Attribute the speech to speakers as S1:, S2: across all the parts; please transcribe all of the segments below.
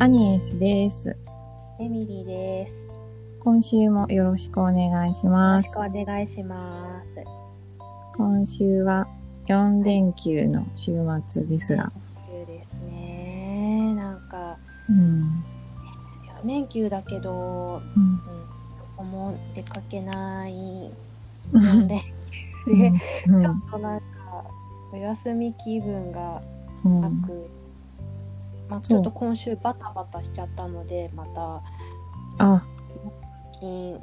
S1: アニエスです。
S2: エミリーです。よ
S1: 今週もよろしくお願いし
S2: ろ
S1: ま
S2: し
S1: す
S2: く。お願いします。
S1: 今週は4連休の週末ですが、
S2: そうですね。なんか、
S1: うん。
S2: 4連休だけ
S1: うん
S2: ど、うん、どこも出かけない
S1: うん
S2: ので、
S1: う
S2: で、ちょ
S1: ん
S2: っとなんか、お休み気分が
S1: うん
S2: なく、まあ、ちょっと今週バタバタしちゃったので、また、
S1: あ、
S2: 金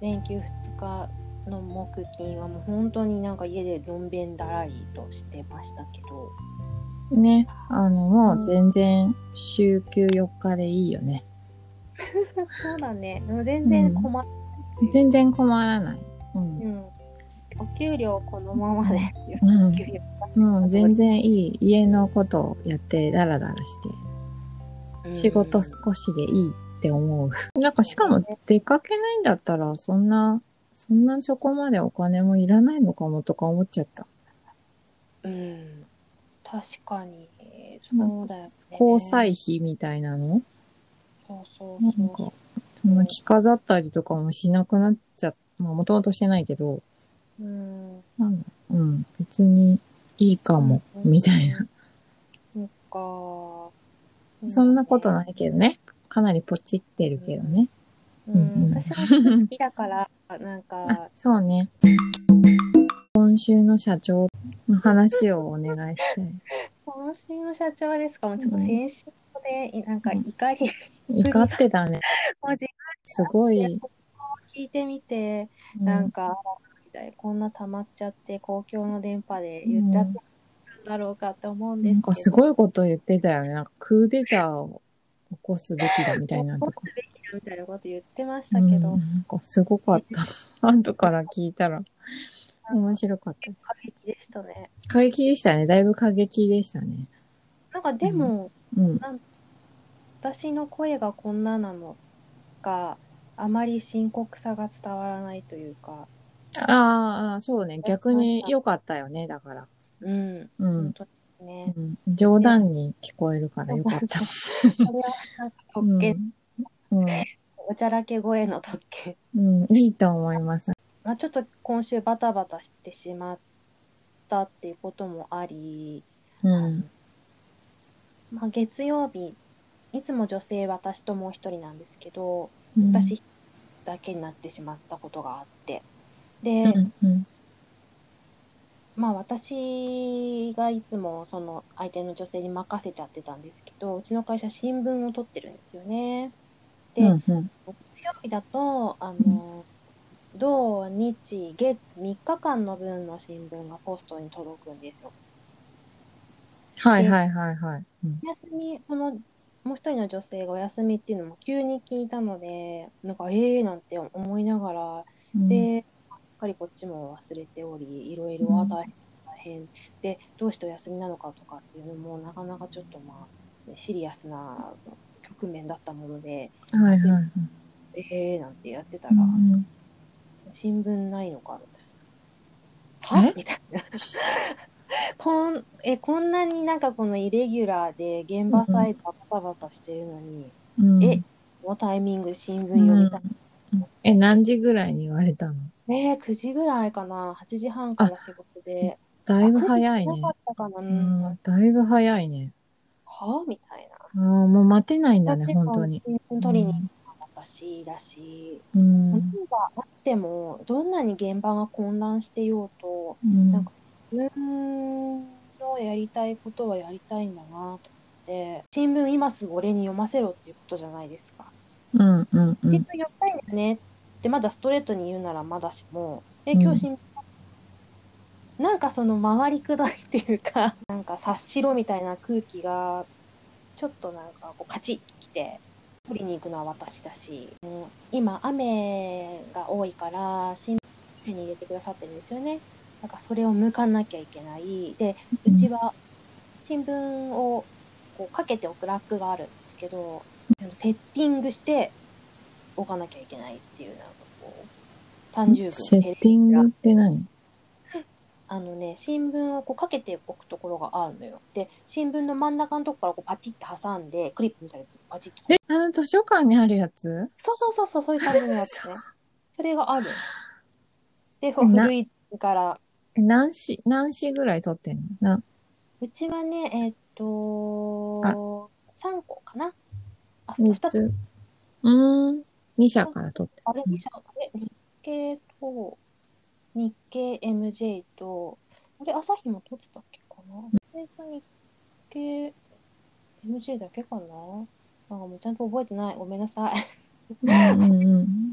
S2: 連休2日の木金はもう本当になんか家でのんべんだらりとしてましたけど
S1: ね。あの、もう全然週休4日でいいよね。
S2: そうだねでも全然困っ
S1: 全然困らない。うん
S2: う。ん、お給料このままで、
S1: うん
S2: お給料
S1: もう全然いい。家のことをやってダラダラして、仕事少しでいいって思う。 なんかしかも出かけないんだったら、そんな、そんなそこまでお金もいらないのかもとか思っちゃった。
S2: うん、うん確かにそうだよね
S1: 交際費みたいなの
S2: そうそう
S1: なん
S2: そう
S1: か、そんな着飾ったりとかもしなくなっちゃっまあもともとしてないけど、
S2: うん
S1: なんだうん、別にいいかも、みたいな。
S2: そっか
S1: そんなことないけどね。かなりポチってるけどね。
S2: うん
S1: うんうん
S2: 私はちょっと好きだからなんか
S1: あ、そうね。今週の社長の話をお願い したい。
S2: 今週の社長ですかもうちょっと先週で、なんか怒り、
S1: 怒ってたね。
S2: 文字
S1: すごい。
S2: を聞いてみて、
S1: うん
S2: なんか、みたいこんな溜まっちゃって、公共の電波で言っちゃってたんだろうかって思うんです
S1: な
S2: けど、
S1: んかすごいこと言ってたよね。なんかクーデターを起こすべきだみたいなとか。
S2: べきだみたいなこと言ってましたけど、
S1: うんなんかすご かった。後から聞いたら面白かった。
S2: 過激でしたね。
S1: 過激でしたね。だいぶ過激でしたね。
S2: なんかでも、
S1: うん。
S2: 私の声がこんななのが、あまり深刻さが伝わらないというか、
S1: ああ、そうね。逆に良かったよね。だから。
S2: うん、
S1: う
S2: 本
S1: ん。
S2: 当に
S1: う
S2: ね。
S1: ん冗談に聞こえるから良かった。
S2: それはなんか特権、
S1: うん。
S2: おちゃらけ声の特権。
S1: うん。うんいいと思います。
S2: まあ、ちょっと今週バタバタしてしまったっていうこともあり、
S1: うん。
S2: まあ、月曜日いつも女性私ともう一人なんですけど
S1: うん。
S2: 私だけになってしまったことがあってで、
S1: うん。うん。
S2: まあ私がいつもその相手の女性に任せちゃってたんですけどうちの会社新聞を取ってるんですよね。で、
S1: うん。うん。
S2: 月曜日だとあの土日月3日間の分の新聞がポストに届くんですよ。
S1: はいはいはいはい。うん
S2: お休み、その、もう一人の女性がお休みっていうのも急に聞いたので、なんか、ええー、なんて思いながら、
S1: うん
S2: で、しっかりこっちも忘れており、いろいろは大変、大変で、どうしてお休みなのかとかっていうのも、なかなかちょっとまあ、シリアスな局面だったもので、
S1: はいはいはい。
S2: ええー、なんてやってた
S1: う
S2: ら、
S1: ん
S2: 新聞ないのかみたいな。
S1: え
S2: はみたいな。 こんえこんなになんかこのイレギュラーで現場サイトバタバタしてるのに、
S1: うん
S2: えこのタイミングで新聞読みたい。
S1: うんえ、何時ぐらいに言われたの
S2: ねえ9時ぐらいかな、8時半から仕事で。
S1: だいぶ早い
S2: あ9時
S1: ね
S2: な。かったかな、う
S1: うんん、だいぶ早いね。
S2: はみたいな。
S1: ああ、もう待てないんだね、本当に。
S2: 新聞取りに行かなかったし、だし、
S1: うん。
S2: 何があっても、どんなに現場が混乱してようと、
S1: うん
S2: なんか自分のやりたいことはやりたいんだなと思って新聞今すぐ俺に読ませろっていうことじゃないですか。
S1: うん、うん、う
S2: 新聞
S1: ん。
S2: 読みたいんだよねってまだストレートに言うならまだしもえ
S1: うん
S2: 今日新聞、なんかその回りくどいっていうか なんか察しろみたいな空気がちょっとなんかこうカチッときて取りに行くのは私だし、うん今雨が多いから新聞手に入れてくださってるんですよね。なんかそれを向かなきゃいけない。で、うちは新聞をこうかけておくラックがあるんですけど、セッティングして置かなきゃいけないっていう、なんかこう、30分
S1: セッティングって何
S2: ああのね、新聞をこうかけておくところがあるのよ。で、新聞の真ん中のとこからこうパチッて挟んで、クリップみたいなのパチッと。
S1: え、あの図書館にあるやつ
S2: そうそうそうそう、そういう感じの やつね。それがあるの。で、こう
S1: な
S2: 古いから、
S1: え何紙、何紙ぐらい取ってんのな、
S2: うちはね、えーっと、3個かなあ、
S1: 三
S2: 2つ。
S1: つ。うーん。二社から取って。
S2: あれ、2社、あれ、日経と、日経 MJ と、あれ、朝日も撮ってたっけかな、えっと日経 MJ だけかななんかもうちゃんと覚えてない。ごめんな さい。
S1: うんうん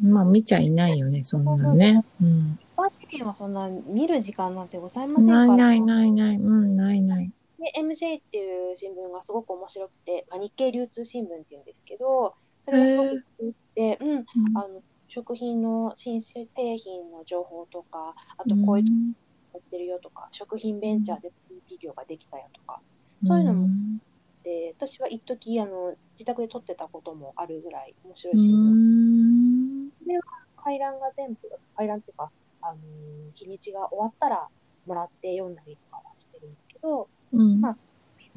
S1: うん。まあ見ちゃいないよね、そんなのね。うん。
S2: 一般世間はそんな見る時間なんてございませんから。
S1: ないないないない。うん、ないない。
S2: で、MJ っていう新聞がすごく面白くて、まあ、日経流通新聞って言うんですけど、それがすごく良くて、うん、あの、食品の新製品の情報とか、あとこういうとこやってるよとか、食品ベンチャーでこういう企業ができたよとか、そういうのもで、私は一時あの、自宅で撮ってたこともあるぐらい面白
S1: う
S2: いし、
S1: ん。
S2: 回覧が全部、回覧っていうか、あのー日にちが終わったらもらって読んだりとかはしてるんだけど、
S1: うん。
S2: まあ、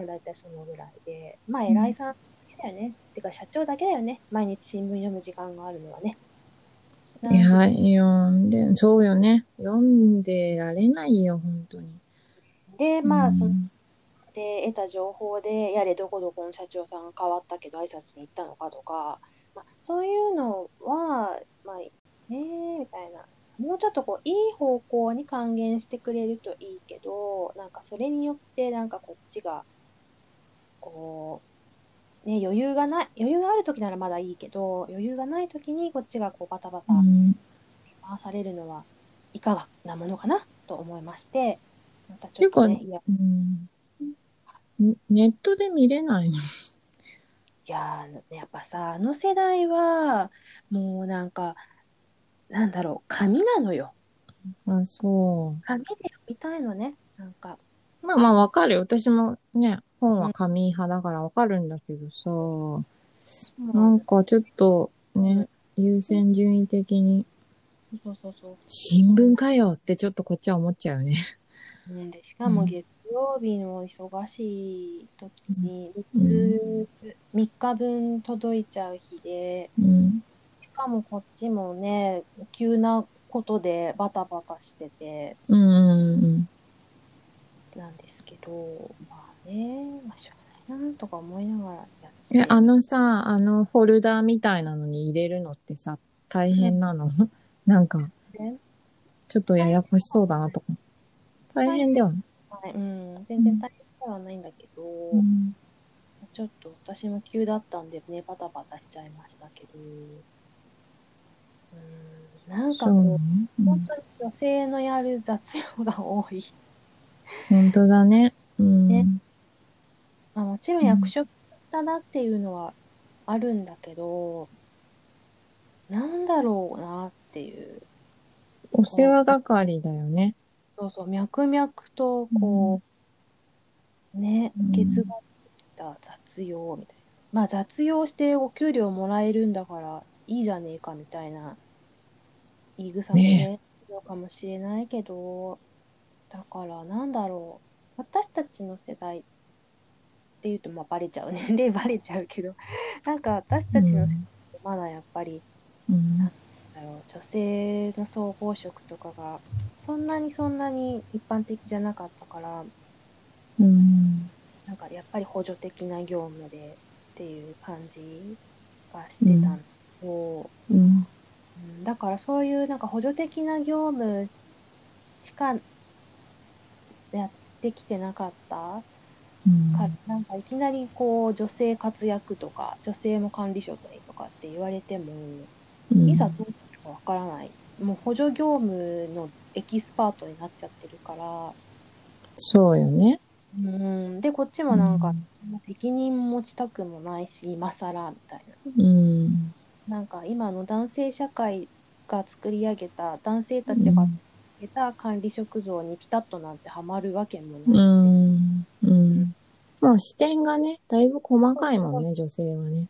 S2: 大体そのぐらいで、まあ、偉いさんだけだよね。てか、社長だけだよね。毎日新聞読む時間があるのはね。
S1: いや、読んで、そうよね。読んでられないよ、本当に。
S2: で、ま
S1: う
S2: あ、
S1: ん
S2: そので得た情報で、やれどこどこの社長さんが変わったけど挨拶に行ったのかとか、まあ、そういうのは、まあ、ねえ、みたいな。もうちょっとこう、いい方向に還元してくれるといいけど、なんかそれによって、なんかこっちが、こう、ね、余裕がない、余裕がある時ならまだいいけど、余裕がない時にこっちがこうバタバタ
S1: うん
S2: 回されるのはいかがなものかなと思いまして、またち
S1: てい
S2: ょっ
S1: うか
S2: とね、いや
S1: うんねネットで見れないの
S2: いやー、やっぱさ、あの世代は、もうなんか、なんだろう、紙なのよ。
S1: あ、そ
S2: 紙で読みたいのね。なんか、
S1: う。まあまあわかるよ。私もね、本は紙派だからわかるんだけどさ、なんかちょっとね、優先順位的に、
S2: そうそうそう。
S1: 新聞かよってちょっとこっちは思っちゃうよね。
S2: うん、でしかも月曜日の忙しい時に、
S1: うん
S2: 3日分届いちゃう日で、
S1: うん。
S2: しかもこっちもね、急なことでバタバタしてて、
S1: うんうん
S2: なんですけど、まあね、まあしょうがないなとか思いながらやっ
S1: うん。
S2: て
S1: え、あのさ、あのフォルダーみたいなのに入れるのってさ、大変なの なんか、
S2: ね
S1: ちょっとややこしそうだなとか。大変ではない。
S2: はい、うん、全然大変ではないんだけど、
S1: うん
S2: ちょっと私も急だったんでね、バタバタしちゃいましたけど、うん、なんか
S1: そうなの
S2: こ
S1: う
S2: う、
S1: ん
S2: 本当に女性のやる雑用が多い。
S1: 本当だね。うん。
S2: ねまあ、もちろん
S1: うん
S2: 役職だなっていうのはあるんだけど、なんだろうなっていう、
S1: お世話係だよね。
S2: そうそう、脈々とこう、ね、
S1: うん
S2: 受け継がれてきた雑用みたいな。まあ雑用してお給料もらえるんだからいいじゃねえかみたいな言い草もね、そうかもしれないけど、だからなんだろう。私たちの世代っていうとまあバレちゃう。 年齢バレちゃうけど、なんか私たちの世代ってまだやっぱり、
S1: うん
S2: あの女性の総合職とかがそんなにそんなに一般的じゃなかったから
S1: うん。
S2: なんかやっぱり補助的な業務でっていう感じがしてたのを、
S1: うん。
S2: うんだからそういうなんか補助的な業務しかやってきてなかった
S1: うん
S2: かなんかいきなりこう女性活躍とか女性も管理職にとかって言われても。
S1: うん
S2: いざどうするかわからない。もう補助業務のエキスパートになっちゃってるから、
S1: そうよね。
S2: うん、で、こっちもなん
S1: う
S2: か
S1: ん、
S2: その責任持ちたくもないし、今更みたい
S1: うん。
S2: な。なんか、今の男性社会が作り上げた、男性たちが作り上げた管理職像にピタッとなんてハマるわけも
S1: う
S2: ない。
S1: ん。うん。もう視点がね、だいぶ細かいもんね、女性はね。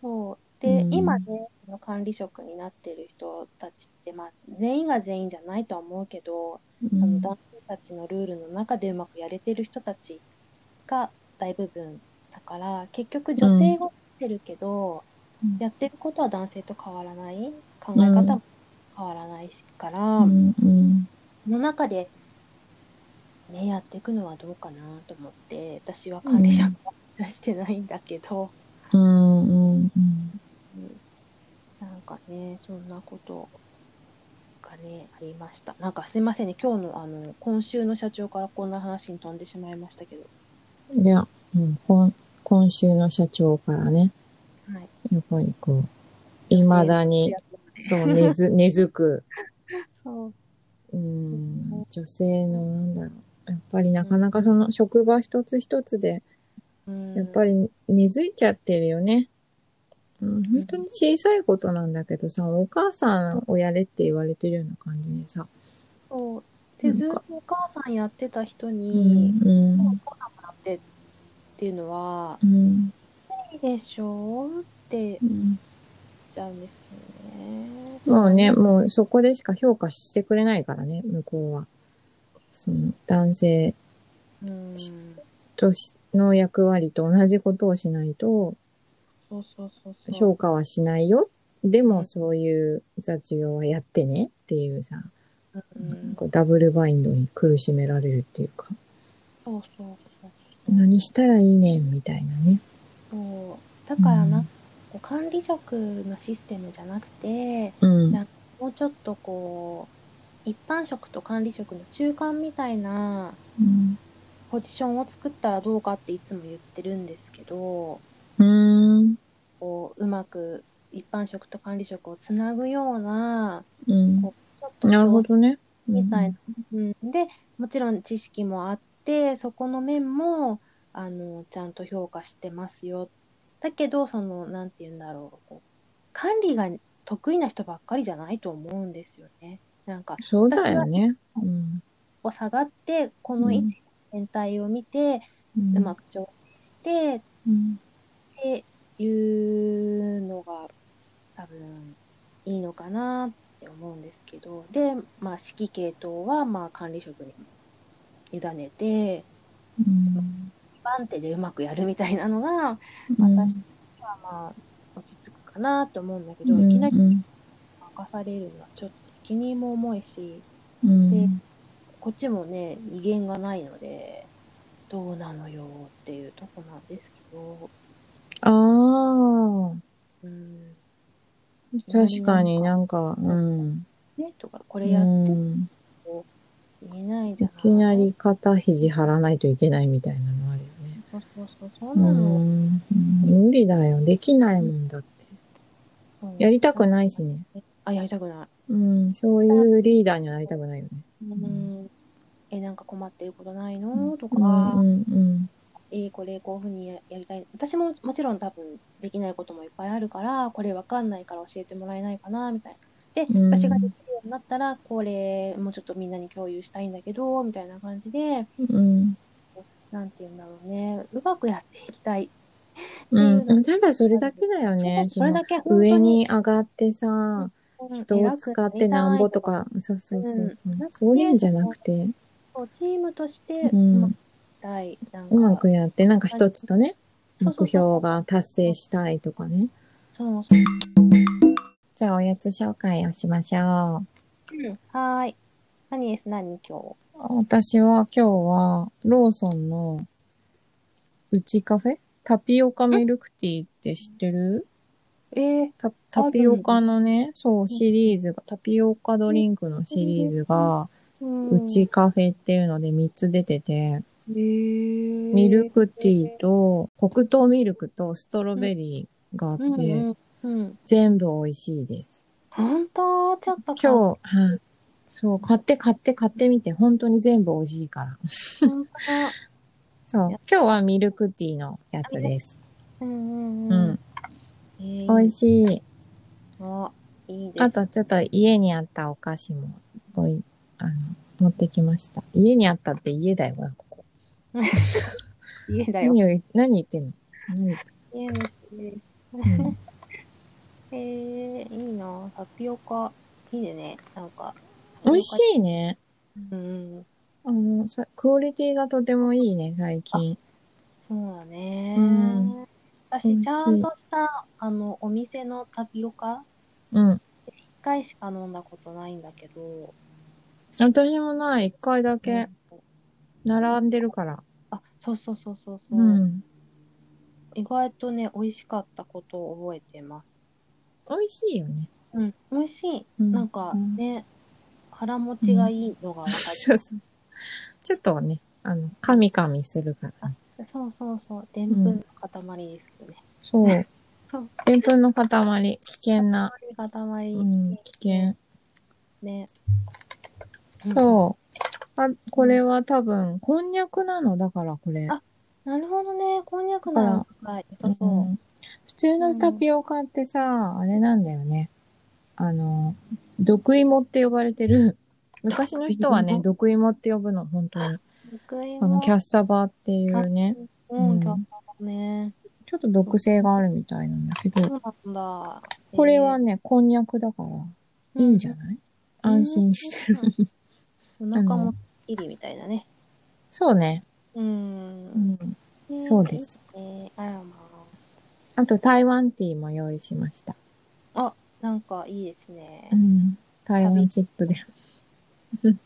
S2: そう。で、
S1: うん
S2: 今ね、その管理職になってる人たちって、まあ、全員が全員じゃないとは思うけど、
S1: う
S2: あの
S1: ん
S2: 男性たちのルールの中でうまくやれてる人たちが大部分だから結局女性が来てるけど、
S1: うん
S2: やってることは男性と変わらない考え方も変わらないから、
S1: うんうん
S2: その中で、ね、やっていくのはどうかなと思って私は管理職は目指してないんだけど、
S1: うんうんうん
S2: なんかねそんなことがねありましたなんかすいませんね今日のあの今週の社長からこんな話に飛んでしまいましたけど
S1: いや、うん、今今週の社長からね、
S2: はい
S1: やっぱりこう、いまだに、そう、根づ、 根付く、
S2: そう
S1: うん、女性の、なんだろう、やっぱりなかなかその職場一つ一つで、
S2: うん
S1: やっぱり根付いちゃってるよね。うん、本当に小さいことなんだけどさ、お母さんをやれって言われてるような感じでさ。
S2: そうでずっとお母さんやってた人
S1: う、
S2: に、もうんお母さんもらってっていうのは
S1: うん、
S2: いいでしょうって言っ
S1: うん。
S2: ちゃうんですよね。
S1: もうね、もうそこでしか評価してくれないからね、向こうは。その男性
S2: うん、
S1: としの役割と同じことをしないと
S2: そうそうそうそう。
S1: 評価はしないよ。でもそういう雑用はやってねっていうさ、
S2: うん、
S1: こうダブルバインドに苦しめられるっていうか、
S2: そうそうそうそう。
S1: 何したらいいねんみたいなね。
S2: そうだからな、こう管理職のシステムじゃなくて
S1: うん。
S2: なんもうちょっとこう一般職と管理職の中間みたいな
S1: うん
S2: ポジションを作ったらどうかっていつも言ってるんですけど
S1: うん。
S2: こううまく一般職と管理職をつなぐような
S1: うん
S2: こうちょっと
S1: なるほどね。
S2: みたいな。うん、でもちろん知識もあってそこの面もあのちゃんと評価してますよだけどそのなんて言うんだろうこう管理が得意な人ばっかりじゃないと思うんですよねなんか
S1: そうだよね。うん。
S2: こう下がってこの
S1: う
S2: 位置全体を見て、
S1: う
S2: うんまく調整して
S1: うん
S2: っていうのが多分いいのかなって思うんですけどでまあ指揮系統はまあ管理職に委ねて
S1: うん
S2: 番手でうまくやるみたいなのが私まあまあ落ち着くかなと思うんだけど、いきなり
S1: うん
S2: 任されるのはちょっと責任も重いし
S1: うん
S2: こっちもね威厳がないのでどうなのよっていうとこなんですけど。
S1: あ
S2: うん
S1: あ、確かになんか、うん。
S2: ね、とかこ
S1: う
S2: れやって
S1: ん
S2: 言えないじゃ
S1: い
S2: ない
S1: きなり肩肘張らないといけないみたいなのあるよね。
S2: そうそうそう、そん
S1: う
S2: なの。
S1: ん。無理だよ。できないもんだって。
S2: そう
S1: やりたくないしね。
S2: あ、やりたくない。
S1: うん。そういうリーダーにはなりたくないよね。
S2: うん。え、なんか困ってることないのと
S1: う
S2: か、
S1: んうんうん。
S2: え、これこういうふうにややりたい。私ももちろん多分できないこともいっぱいあるから、これわかんないから教えてもらえないかな、みたいな。で、
S1: うん
S2: 私ができるようになったら、これもうちょっとみんなに共有したいんだけど、みたいな感じで、
S1: うん。
S2: なんて言うんだろうね、うまくやっていきたい。
S1: うん、ただそれだけだよね。
S2: そうそれだけ
S1: その上に上がってさ、
S2: 本当に
S1: 人を使ってなんぼと。か、そうそうそうそう、
S2: うん
S1: そういうんじゃなくて、
S2: 偉くなりたいとかそうチームとして
S1: う
S2: うまく
S1: ん
S2: やり、たい。なんか
S1: うまくやって、なんか一つとね、
S2: そ
S1: 目
S2: うそうそう
S1: 標が達成したいとかね。
S2: そうそう。
S1: じゃあおやつ紹介をしましょう。
S2: はーい。何です何今日。
S1: 私は今日は、ローソンの、うちカフェタピオカミルクティーって知ってる
S2: えー、
S1: タタピオカのね、そう、シリーズが、タピオカドリンクのシリーズが、
S2: うん
S1: うち。カフェっていうので3つ出てて、
S2: えー、
S1: ミルクティーと、黒糖ミルクとストロベリーがあって、
S2: うんうん、うん。
S1: 全部美味しいです。
S2: 本当ちょっと
S1: 今日、はい。そう、買って買って買ってみて、本当に全部美味しいから。
S2: 日。本
S1: そう、今日はミルクティーのやつです。
S2: 当うん
S1: う
S2: うん
S1: ん。
S2: うん。え
S1: 美味しい。
S2: い。あ、いいです。
S1: あとちょっと家にあったお菓子も、ごい、あの、持ってきました。家にあったって家だよな、ここ。
S2: 家だよ。
S1: 何を言、何言ってんの何言って
S2: 家です。家です
S1: んの
S2: えー、いいなタピオカ。いいね。なんか。
S1: 美味しいね。
S2: うん。
S1: あのさクオリティがとてもいいね最近
S2: そうだね、
S1: うん
S2: 私
S1: 美味しい
S2: ちゃんとしたあのお店のタピオカ
S1: うん
S2: 一回しか飲んだことないんだけど、
S1: 私もない一回だ
S2: う
S1: け
S2: ん
S1: 並んでるから
S2: あそうそうそうそうそう、
S1: うん
S2: 意外とね美味しかったことを覚えてます
S1: 美味しいよね
S2: うん美味しい、
S1: うん
S2: なんか
S1: うん
S2: ね腹持ちがいいのが分か
S1: そうそうそうちょっとねあのカミカミするからね
S2: る、 そうそうそうでんぷんの塊ですけどね、
S1: そう
S2: そう
S1: でんぷんの塊危険な
S2: 塊、
S1: うん危険
S2: ねうん
S1: そうあこれは多分こんにゃくなのだからこれ
S2: あなるほどねこんにゃくのはいそうそう、
S1: ん普通のタピオカってさ、あれなんだよねあの毒芋って呼ばれてる昔の人はね毒芋って呼ぶの本当に
S2: 福井
S1: あの
S2: も
S1: キャッサバっていうね
S2: うん、
S1: うん
S2: キャッサバね。
S1: ちょっと毒性があるみたいなんだけど
S2: そうなんだ。
S1: これはねこんにゃくだからいいんじゃ
S2: い、
S1: ない安心してる
S2: うんお腹もいりみたいなね。
S1: そうね、
S2: うん。。
S1: うん、そうですす
S2: えあらま
S1: あと台湾ティーも用意しました、
S2: あ、なんかいいですね
S1: う。ん、台湾チップで
S2: うん。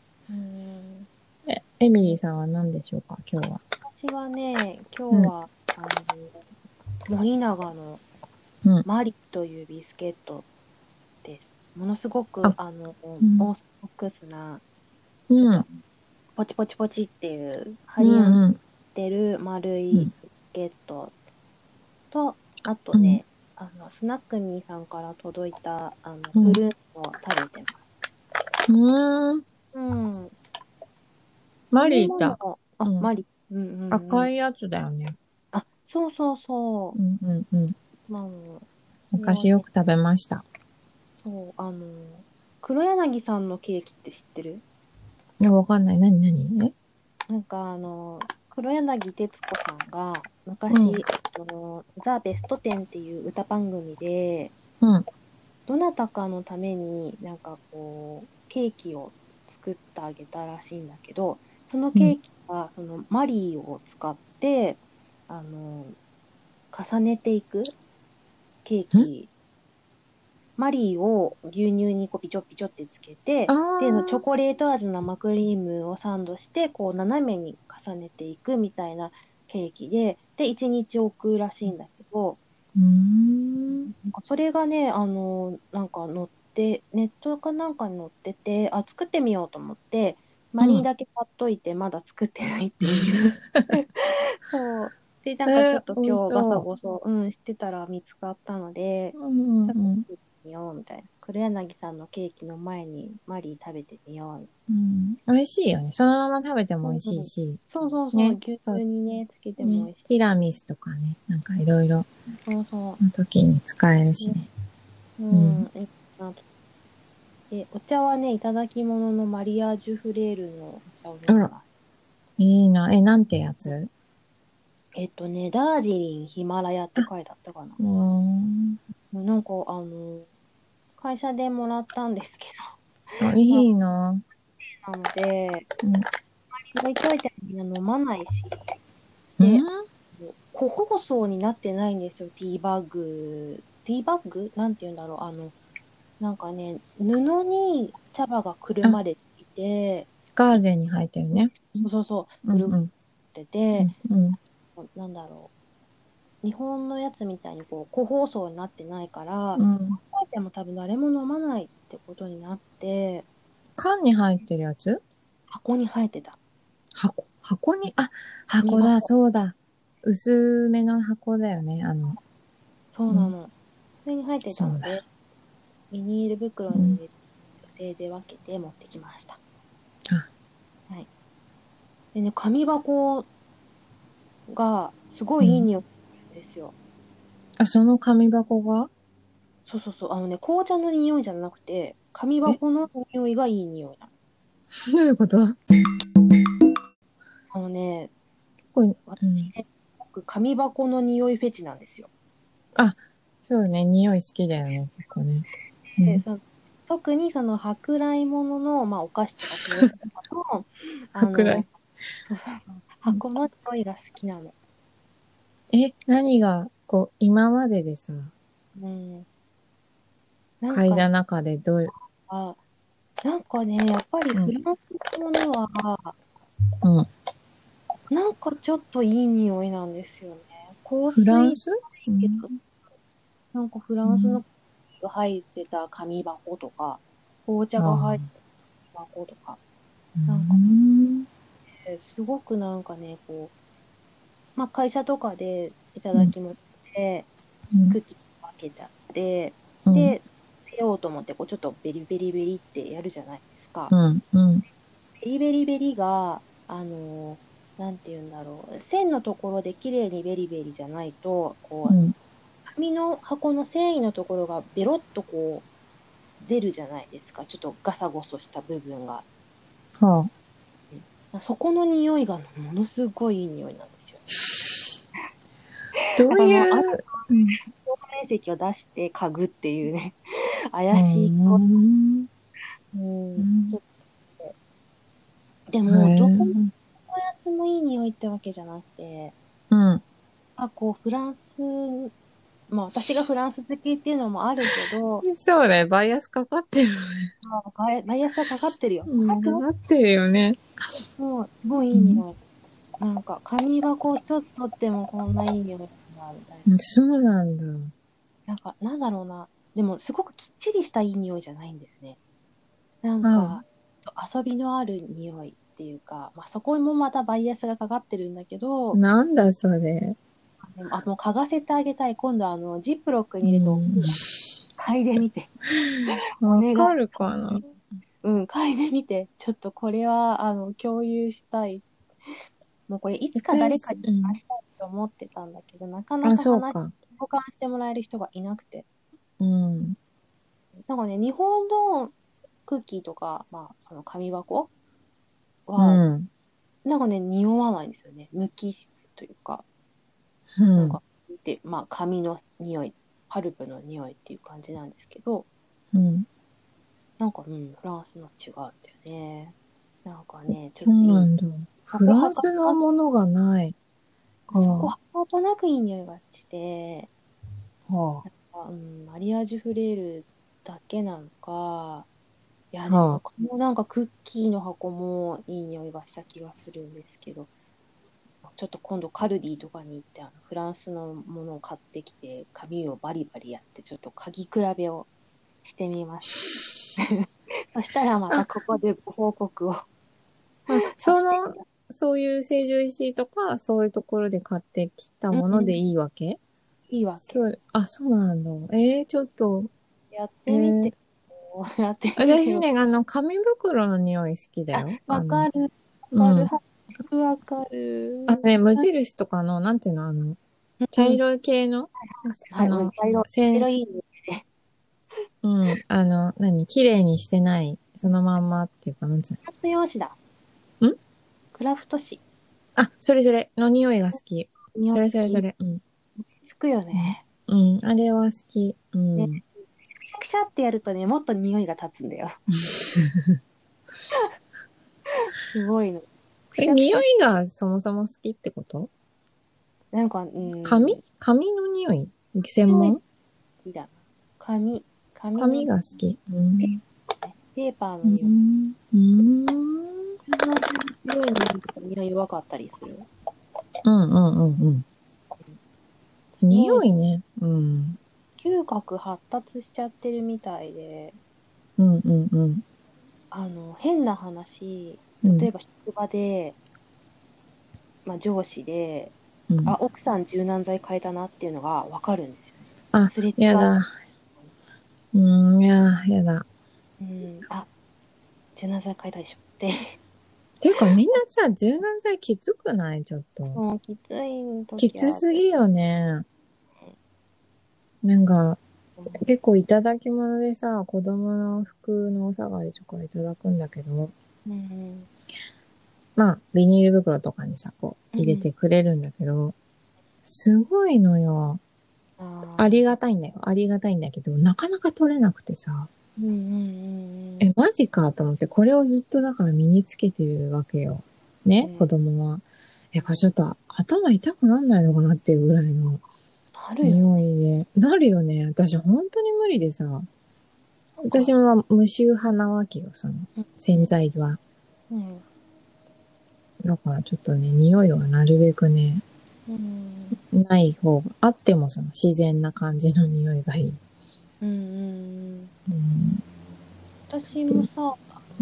S1: えエミリーさんは何でしょうか今日は
S2: 私はね、今日は、あの、森永の
S1: うん
S2: マリというビスケットです。ものすごく、あ
S1: あ
S2: の、
S1: ん
S2: オーソドックスな、
S1: うん
S2: ポチポチポチっていう、ハ
S1: う
S2: リ
S1: んうん
S2: ってる丸
S1: う
S2: い
S1: ん
S2: ゲットと、あとね、あのスナックミーさんから届いたあの
S1: うん
S2: フルーツを食べてま
S1: う
S2: す。
S1: ーん。
S2: うん。
S1: マリータ。
S2: これもあ、
S1: うん
S2: マリ。うんうんうん、
S1: 赤
S2: い。
S1: いやつだよね。
S2: あ、そうそうそう
S1: う。んうんうん。
S2: まああの、
S1: 昔よく食べました。
S2: そう、あの、黒柳さんのケーキって知ってる
S1: いや、わかんない。なになにえ
S2: なんかあの、黒柳徹子さんが昔、
S1: うん
S2: あのザ・ベストテンっていう歌番組で、
S1: うん
S2: どなたかのためになんかこうケーキを作ってあげたらしいんだけどそのケーキはそのマリーを使って、あの重ねていくケーキマリーを牛乳にこうピチョピチョってつけて
S1: あ
S2: でチョ
S1: ー。
S2: コレート味の生クリームをサンドしてこう斜めに重ねていくみたいなケーキでで1日置くらしいんだけど
S1: うーん。
S2: それがねあのなんか載ってネットかなんかに載っててあ作ってみようと思ってマリーだけ買っといてまだ作ってないっ ていう、そうでなんかちょっと
S1: えー美
S2: 今
S1: 味しそ
S2: 日バ
S1: う
S2: サゴソ、うん、してたら見つかったので
S1: うんうん
S2: ちょっと
S1: うん
S2: 作ってみようみたいな黒柳さんのケーキの前にマリー食べてみようみたいな。
S1: うん。美味しいよね。そのまま食べても美味しいし。
S2: そうそうそう、
S1: ね
S2: 牛乳にね、つけても美
S1: ね
S2: 味しい。
S1: ティラミスとかね。なんかいろいろ
S2: そうそ
S1: の時に使えるしね。
S2: う。うん、いいなと。で、お茶はね、いただき物のマリアージュフレールのお茶を飲んでます。
S1: いいな。え、なんてやつ
S2: えっとね、ダージリンヒマラヤって書いてあったかな。
S1: うーん。
S2: なんか、あの、会社でもらったんですけ
S1: あいいな。
S2: ど、なので、
S1: うん
S2: 置いといてもみんな飲まないし、
S1: う
S2: で
S1: ん
S2: 個包装になってないんですよ、ティーバッグ。ティーバッグなんて言うんだろう、あの、なんかね、布に茶葉がくるまれていて、
S1: ガーゼに入ってるね。
S2: そうそうそう、
S1: うんうん。
S2: って
S1: う
S2: て、
S1: んうん。
S2: なんだろう、日本のやつみたいにこう、個包装になってないから、
S1: う
S2: 書
S1: ん。
S2: いても多分誰も飲まないってことになって、
S1: 缶に入ってるやつ
S2: 箱に入ってた。
S1: 箱、箱に、あ、箱だ、そうだ。薄めの箱だよね。あの、
S2: そうなの。それに入ってたの
S1: そう
S2: で、ビニール袋に入れて、女性で分けて持ってきました。はい。でね、紙箱がすごいいい匂いなんですよ。
S1: あ、その紙箱が
S2: そうそうそう。あのね、紅茶の匂いじゃなくて、紙箱の匂いがいい匂いなの。
S1: どういうこと結
S2: あのね、
S1: 構、
S2: 私ね、すごく紙箱の匂いフェチなんですよ。
S1: そうね、匂い好きだよね、結構ね。う
S2: で
S1: ん
S2: その特にその舶来物の、まあ、お菓子とかそういうのと かもあの
S1: 舶来
S2: そうそう箱の匂いが好きなの。
S1: え、何が、こう、今まででさ、
S2: うん。
S1: 嗅いだ中でどう、
S2: あなんかね、やっぱりフランスのものは、
S1: うん。
S2: なんかちょっといい匂いなんですよね。香
S1: フ
S2: 水
S1: ランス
S2: けどなんかフランスの入ってた紙箱とか、紅茶が入ってた紙箱とか、
S1: うん
S2: えーすごくなんかね、こう、まあ、会社とかでいただきもして、
S1: うん
S2: クッキー分けちゃって、
S1: うん
S2: で、捨てようと思って、こうちょっとベリベリベリってやるじゃないですか。
S1: うん、うん、
S2: ベリベリベリが、あのーなんて言うんだろう。線のところで綺麗にベリベリじゃないと、こ
S1: う
S2: う、
S1: ん、
S2: 紙の箱の繊維のところがベロッとこう、出るじゃないですか。ちょっとガサゴソした部分が。
S1: はあ。
S2: そこの匂いがものすごいいい匂いなんですよ。
S1: どういう、うん
S2: 表面積を出して嗅ぐっていうね、
S1: う
S2: 怪しい子。
S1: ん
S2: うんで
S1: う
S2: も、
S1: ん
S2: どこのやつもいい匂いってわけじゃなくて、
S1: うん、
S2: あ、こう、フランス、まあ私がフランス好きっていうのもあるけど、
S1: そうね、バイアスかかってる。
S2: まあバイバイアスはかかってるよ。
S1: うん
S2: か
S1: か
S2: か
S1: か
S2: っ
S1: ってるよね。
S2: ても、すごいいい匂い。なんか、紙箱一つ取ってもこんないい匂いになるみたいな。
S1: そうなんだ。
S2: なんか、なんだろうな。でも、すごくきっちりしたいい匂いじゃないんですね。なんか、遊びのある匂いっていうか、まあ、そこもまたバイアスがかかってるんだけど、
S1: なんだそれ。
S2: でもあもう嗅がせてあげたい。今度、あの、ジップロックに入れておく
S1: うん
S2: 嗅いでみて。
S1: わ
S2: 願い
S1: かるかな
S2: うん、嗅いでみて。ちょっとこれは、あの、共有したい。もうこれ、いつか誰かに話したいと思ってたんだけど、なかな
S1: あ、
S2: か話
S1: そう
S2: 交
S1: か。
S2: 換してもらえる人がいなくて。
S1: うん。
S2: なんかね、日本のクッキーとか、まあ、その紙箱
S1: う
S2: は、
S1: ん。
S2: なんかね、匂わないんですよね。無機質というか、
S1: う
S2: なん
S1: ん
S2: か、で、まあ、紙の匂い、パルプの匂いっていう感じなんですけど、
S1: うん。
S2: なんか、うん、フランスの違うんだよね。なんかね、ちょ
S1: そ
S2: っと
S1: う
S2: いい
S1: なんだ。フランスの
S2: そこ
S1: ものがない。か
S2: はなんとなくいい匂いがして、
S1: は
S2: あうん、マリアージュフレールだけなのか、いや、
S1: は
S2: で
S1: あ
S2: も、もうなんかクッキーの箱もいい匂いがした気がするんですけど、ちょっと今度カルディとかに行って、あのフランスのものを買ってきて、紙をバリバリやって、ちょっと嗅ぎ比べをしてみ ました。そしたらまたここでご報告を。
S1: あその、そういう成城石井とか、そういうところで買ってきたものでいいわけ
S2: いいわけ。
S1: そう、あ、そうなんだ。えー、ちょっと、
S2: やってみて。やってみて。
S1: 私ね、あの、紙袋の匂い好きだ
S2: あ
S1: よ。
S2: わかる。
S1: あの
S2: わか
S1: うん
S2: る。わかる。
S1: あとね、無印とかの、なんていうの、あの、茶色い系の、
S2: はい
S1: あの、
S2: 茶色
S1: せん
S2: い。いね
S1: うん、あの、何、綺麗にしてない、そのまんまっていうか、なんつうの。
S2: クラフト用紙だ。
S1: ん
S2: クラフト紙。
S1: あ、それそれ、の匂いが好き。それそれそれ、うん。
S2: つくよね。
S1: うん、あれは好き。うん。
S2: ねくしゃくしゃってやるとね、もっと匂いが立つ んだよ。すごいの。
S1: え、匂いがそもそも好きってこと
S2: なんか、うん。
S1: 髪髪の匂い専門
S2: いいだな紙。紙の
S1: 髪が好き。うん。
S2: ペーパーの
S1: う
S2: 匂い。
S1: ん。うん。
S2: 匂いの匂い弱かったりする。
S1: うんうんうんうん。匂いね。うん。
S2: 嗅覚発達しちゃってるみたいで、
S1: うんうんうん。
S2: あの、変な話、
S1: うん
S2: 例えば職場で、まあ上司で、
S1: うん、
S2: あ、奥さん柔軟剤変えたなっていうのがわかるんですよね。
S1: あ
S2: すれ違う
S1: やだ。うん、いや、やだ。
S2: うん、あ、柔軟剤変えたでしょって。
S1: ていうかみんなさ、柔軟剤きつくないちょっと。
S2: もうきつい時
S1: きつす
S2: る。
S1: ぎよね。なんか、結構いただき物でさ、子供の服のお下がりとかいただくんだけど、
S2: うん、
S1: まあ、ビニール袋とかにさ、こう、入れてくれるんだけど、すごいのよ。
S2: あー
S1: ありがたいんだよ。ありがたいんだけど、なかなか取れなくてさ、
S2: うんうんうんうん
S1: え、マジかと思って、これをずっとだから身につけてるわけよ。ね、
S2: うん
S1: 子供は。え、これちょっと頭痛くなんないのかなっていうぐらいの
S2: あるよね
S1: 匂いで。なるよね。私本当に無理でさ。私は無臭派なわけよ、その
S2: うん
S1: 洗剤は。
S2: うん
S1: だからちょっとね、匂いはなるべくね、
S2: うん
S1: ない方が、あってもその自然な感じの匂いがいい。
S2: うんうん
S1: うん。
S2: 私もさ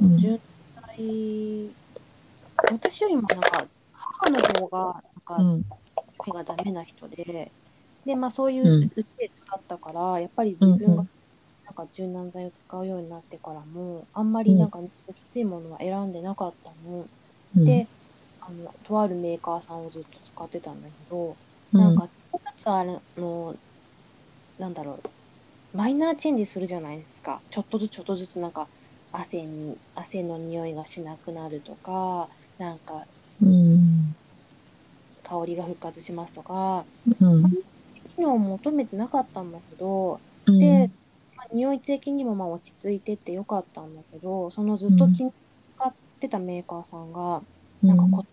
S1: うん、
S2: 10代私よりもなんか母の方が
S1: う
S2: なんか
S1: ん。
S2: 手がダメな人ででまあそういう
S1: うん
S2: うちで使ったからやっぱり自分がなんか柔軟剤を使うようになってからもあんまりなんかきついものは選んでなかったの
S1: うん、
S2: であのとあるメーカーさんをずっと使ってたんだけど
S1: う
S2: なん
S1: ん、
S2: か、一つあれの、なんだろう、マイナーチェンジするじゃないですか。ちょっとずつちょっとずつなんか、汗に、汗の匂いがしなくなるとか、なんか、
S1: うん。
S2: 香りが復活しますとか、
S1: うん。
S2: 機能を求めてなかったんだけど、
S1: うん
S2: で、まあ、匂い的にもまあ落ち着いてってよかったんだけど、そのずっと気に使ってたメーカーさんが、なんかこ、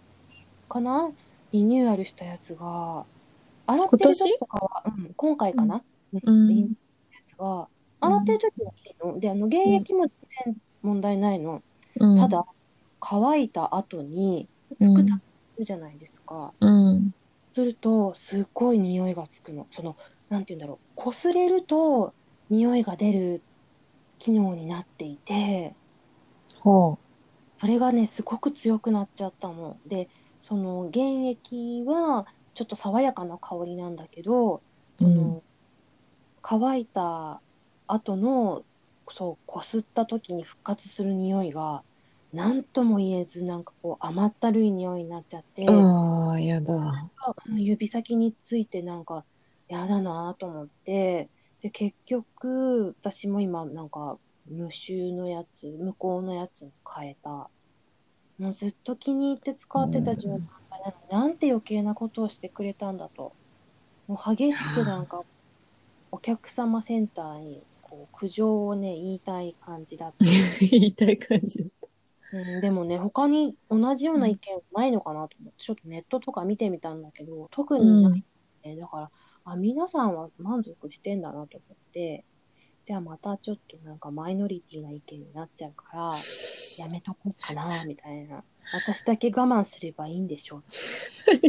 S2: かなリニューアルしたやつが、洗ってる時とかは、うん、今回かな、
S1: うん
S2: リニューアルしたやつが、洗ってる時はいいの。で、あの、原液も全然問題ないの。
S1: うん、
S2: ただ、乾いた後に、
S1: うん、
S2: 服たくじゃないですか。
S1: うん。
S2: すると、すっごい匂いがつくの。その、なんて言うんだろう。擦れると、匂いが出る機能になっていて、
S1: ほう。
S2: それがねすごく強くなっちゃったのでその原液はちょっと爽やかな香りなんだけどその、
S1: うん
S2: 乾いた後のそうこすった時に復活する匂いが何とも言えずなんかこう甘ったるい匂いになっちゃって、
S1: ああ、やだ。
S2: 指先についてなんかやだなと思ってで結局私も今なんか無臭のやつ向こうのやつに変えたもうずっと気に入って使ってた状態なのになんて余計なことをしてくれたんだともう激しくなんかお客様センターにこう苦情をね言いたい感じだった、
S1: 言いたい感じ。
S2: うん、でもね他に同じような意見ないのかなと思ってちょっとネットとか見てみたんだけど特にないねだからあ皆さんは満足してんだなと思ってじゃあまたちょっとなんかマイノリティな意見になっちゃうからやめとこうかなみたいな私だけ我慢すればいいんでしょうっ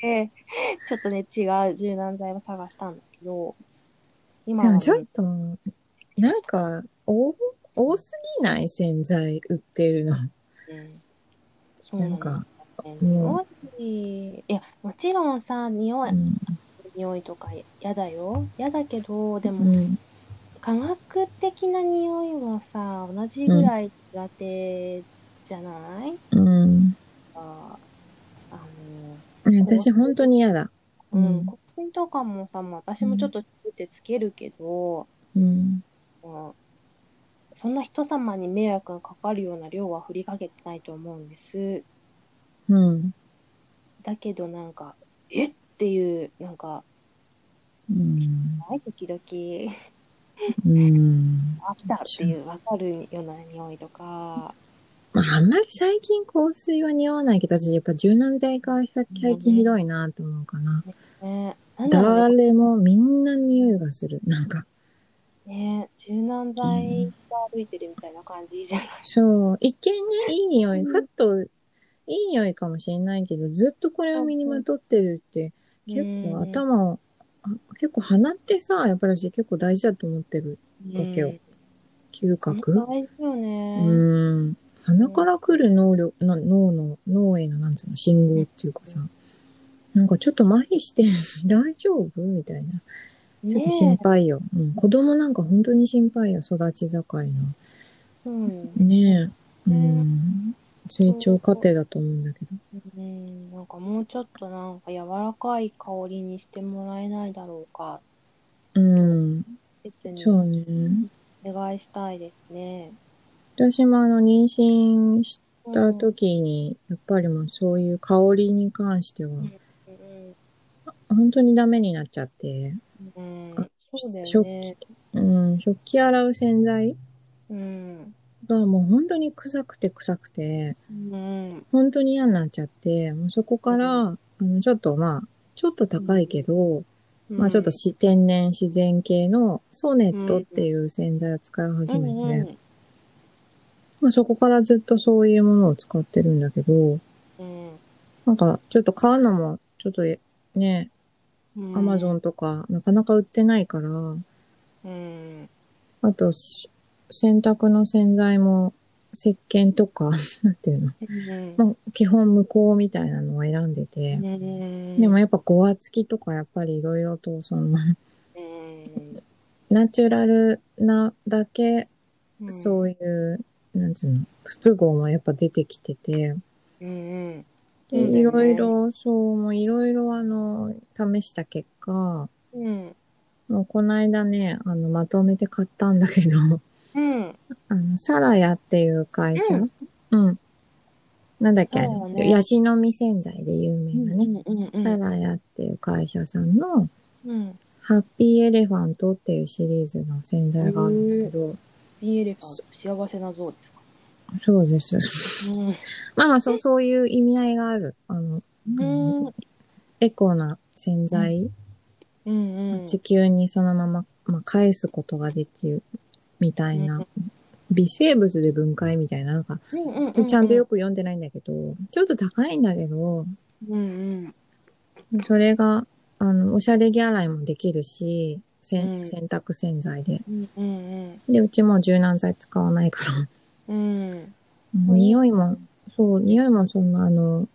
S2: て ちょっとね違う柔軟剤を探したんだけど今
S1: で
S2: はね
S1: もちょっと、なんか、多、多すぎない洗剤売ってるの。
S2: うんそうなんだよね
S1: も
S2: 匂いいやもちろんさ匂い
S1: うん。
S2: 匂いとか嫌だよ嫌だけどで
S1: う
S2: も
S1: ん。
S2: 科学的な匂いはさ同じぐらい苦手じゃない、
S1: うん。
S2: ああの
S1: ね私、本当にやだ。う
S2: う
S1: んん
S2: 黒人とかもさもう私もちょっとつけてつけるけど、
S1: うん。
S2: もうそんな人様に迷惑がかかるような量は振りかけてないと思うんです
S1: うん。
S2: だけどなんかえっていうなんか
S1: うん。
S2: ない時々
S1: うん。
S2: 飽きたっていう分かるような匂いとか
S1: まあ、あんまり最近香水は似合わないけど、私やっぱ柔軟剤が最近ひどいなと思うかな。
S2: ねなんだろうね
S1: 誰もみんな匂いがする。なんか、
S2: ね柔軟剤が歩いてるみたいな感じじゃない、
S1: そう。一見ね、いい匂い、
S2: うん
S1: ふっと、いい匂いかもしれないけど、ずっとこれを身にまとってるって、結構
S2: うん
S1: 頭を、あ結構鼻ってさ、やっぱり私結構大事だと思ってる。わけよ
S2: うん
S1: 嗅覚
S2: 大事よ
S1: う
S2: ね、
S1: ーん。鼻から来る能力、な脳の、脳への、なんつうの、信号っていうかさ、なんかちょっと麻痺して 大丈夫みたいな。ちょっと心
S2: ね
S1: 配よ。うん。子供なんか本当に心配よ。育ち盛りの。
S2: えうん
S1: ねえ。う
S2: ね
S1: ん。成長過程だと思うんだけど。
S2: うん、なんかもうちょっとなんか柔らかい香りにしてもらえないだろうか
S1: うん。
S2: 別に
S1: そ
S2: お
S1: うね。
S2: 願いしたいですね。
S1: 私もあの、妊娠し
S2: う
S1: た
S2: ん
S1: 時に、やっぱりもうそういう香りに関しては、
S2: うん
S1: 本当にダメになっちゃって、
S2: うん
S1: あ
S2: そうだよ
S1: 食
S2: ね。
S1: 器、うん、食器洗う洗剤がもう本当に臭くて臭くて、
S2: うん。
S1: 本当に嫌になっちゃって、もうそこから、
S2: う
S1: あの、ちょっとまあ、ちょっと高いけど、まあちょっと
S2: し
S1: し天然自然系のソネットっていう洗剤を使い始めて、まあそこからずっとそういうものを使ってるんだけど、
S2: うん。
S1: なんかちょっと買うのも、ちょっとね、
S2: うん。
S1: アマゾンとかなかなか売ってないから、
S2: うん。
S1: あとし、洗濯の洗剤も、石鹸とか、 なんていうの
S2: うん。
S1: まあ基本無効みたいなのを選んでて、
S2: うん
S1: でも、やっぱゴア付きとかやっぱりいろいろと、その、
S2: うん
S1: ナチュラルなだけ、
S2: うん
S1: そういう、なんつうの、不都合もやっぱ出てきてて、
S2: うん
S1: で、
S2: うん
S1: いろいろ、そう、もういろいろあの、試した結果、
S2: うん。
S1: もうこの間ね、あの、まとめて買ったんだけど、
S2: うん。
S1: あの、サラヤっていう会社。うん。なんだっけ、あれ
S2: そうね
S1: ヤシの実洗剤で有名なね、
S2: うん。うん。
S1: サラヤっていう会社さんの、
S2: うん。
S1: ハッピーエレファントっていうシリーズの洗剤があるんだけど、
S2: ビエレファント幸せな像ですか。
S1: そうです。 まあまあ、そう、そういう意味合いがある。あの、
S2: うん。
S1: エコな洗剤、
S2: うん。うん。
S1: 地球にそのまま、まあ、返すことができるみたいな、
S2: うん
S1: 微生物で分解みたいな、なんか、ちょちゃんとよく読んでないんだけど、ちょっと高いんだけど、
S2: うん
S1: それが、あの、おしゃれ着洗いもできるし、せん
S2: うん
S1: 洗濯洗剤で。
S2: うんうん
S1: で、うちも柔軟剤使わないから。
S2: うんうん
S1: うん匂いも、そう、匂いもそんな、あの、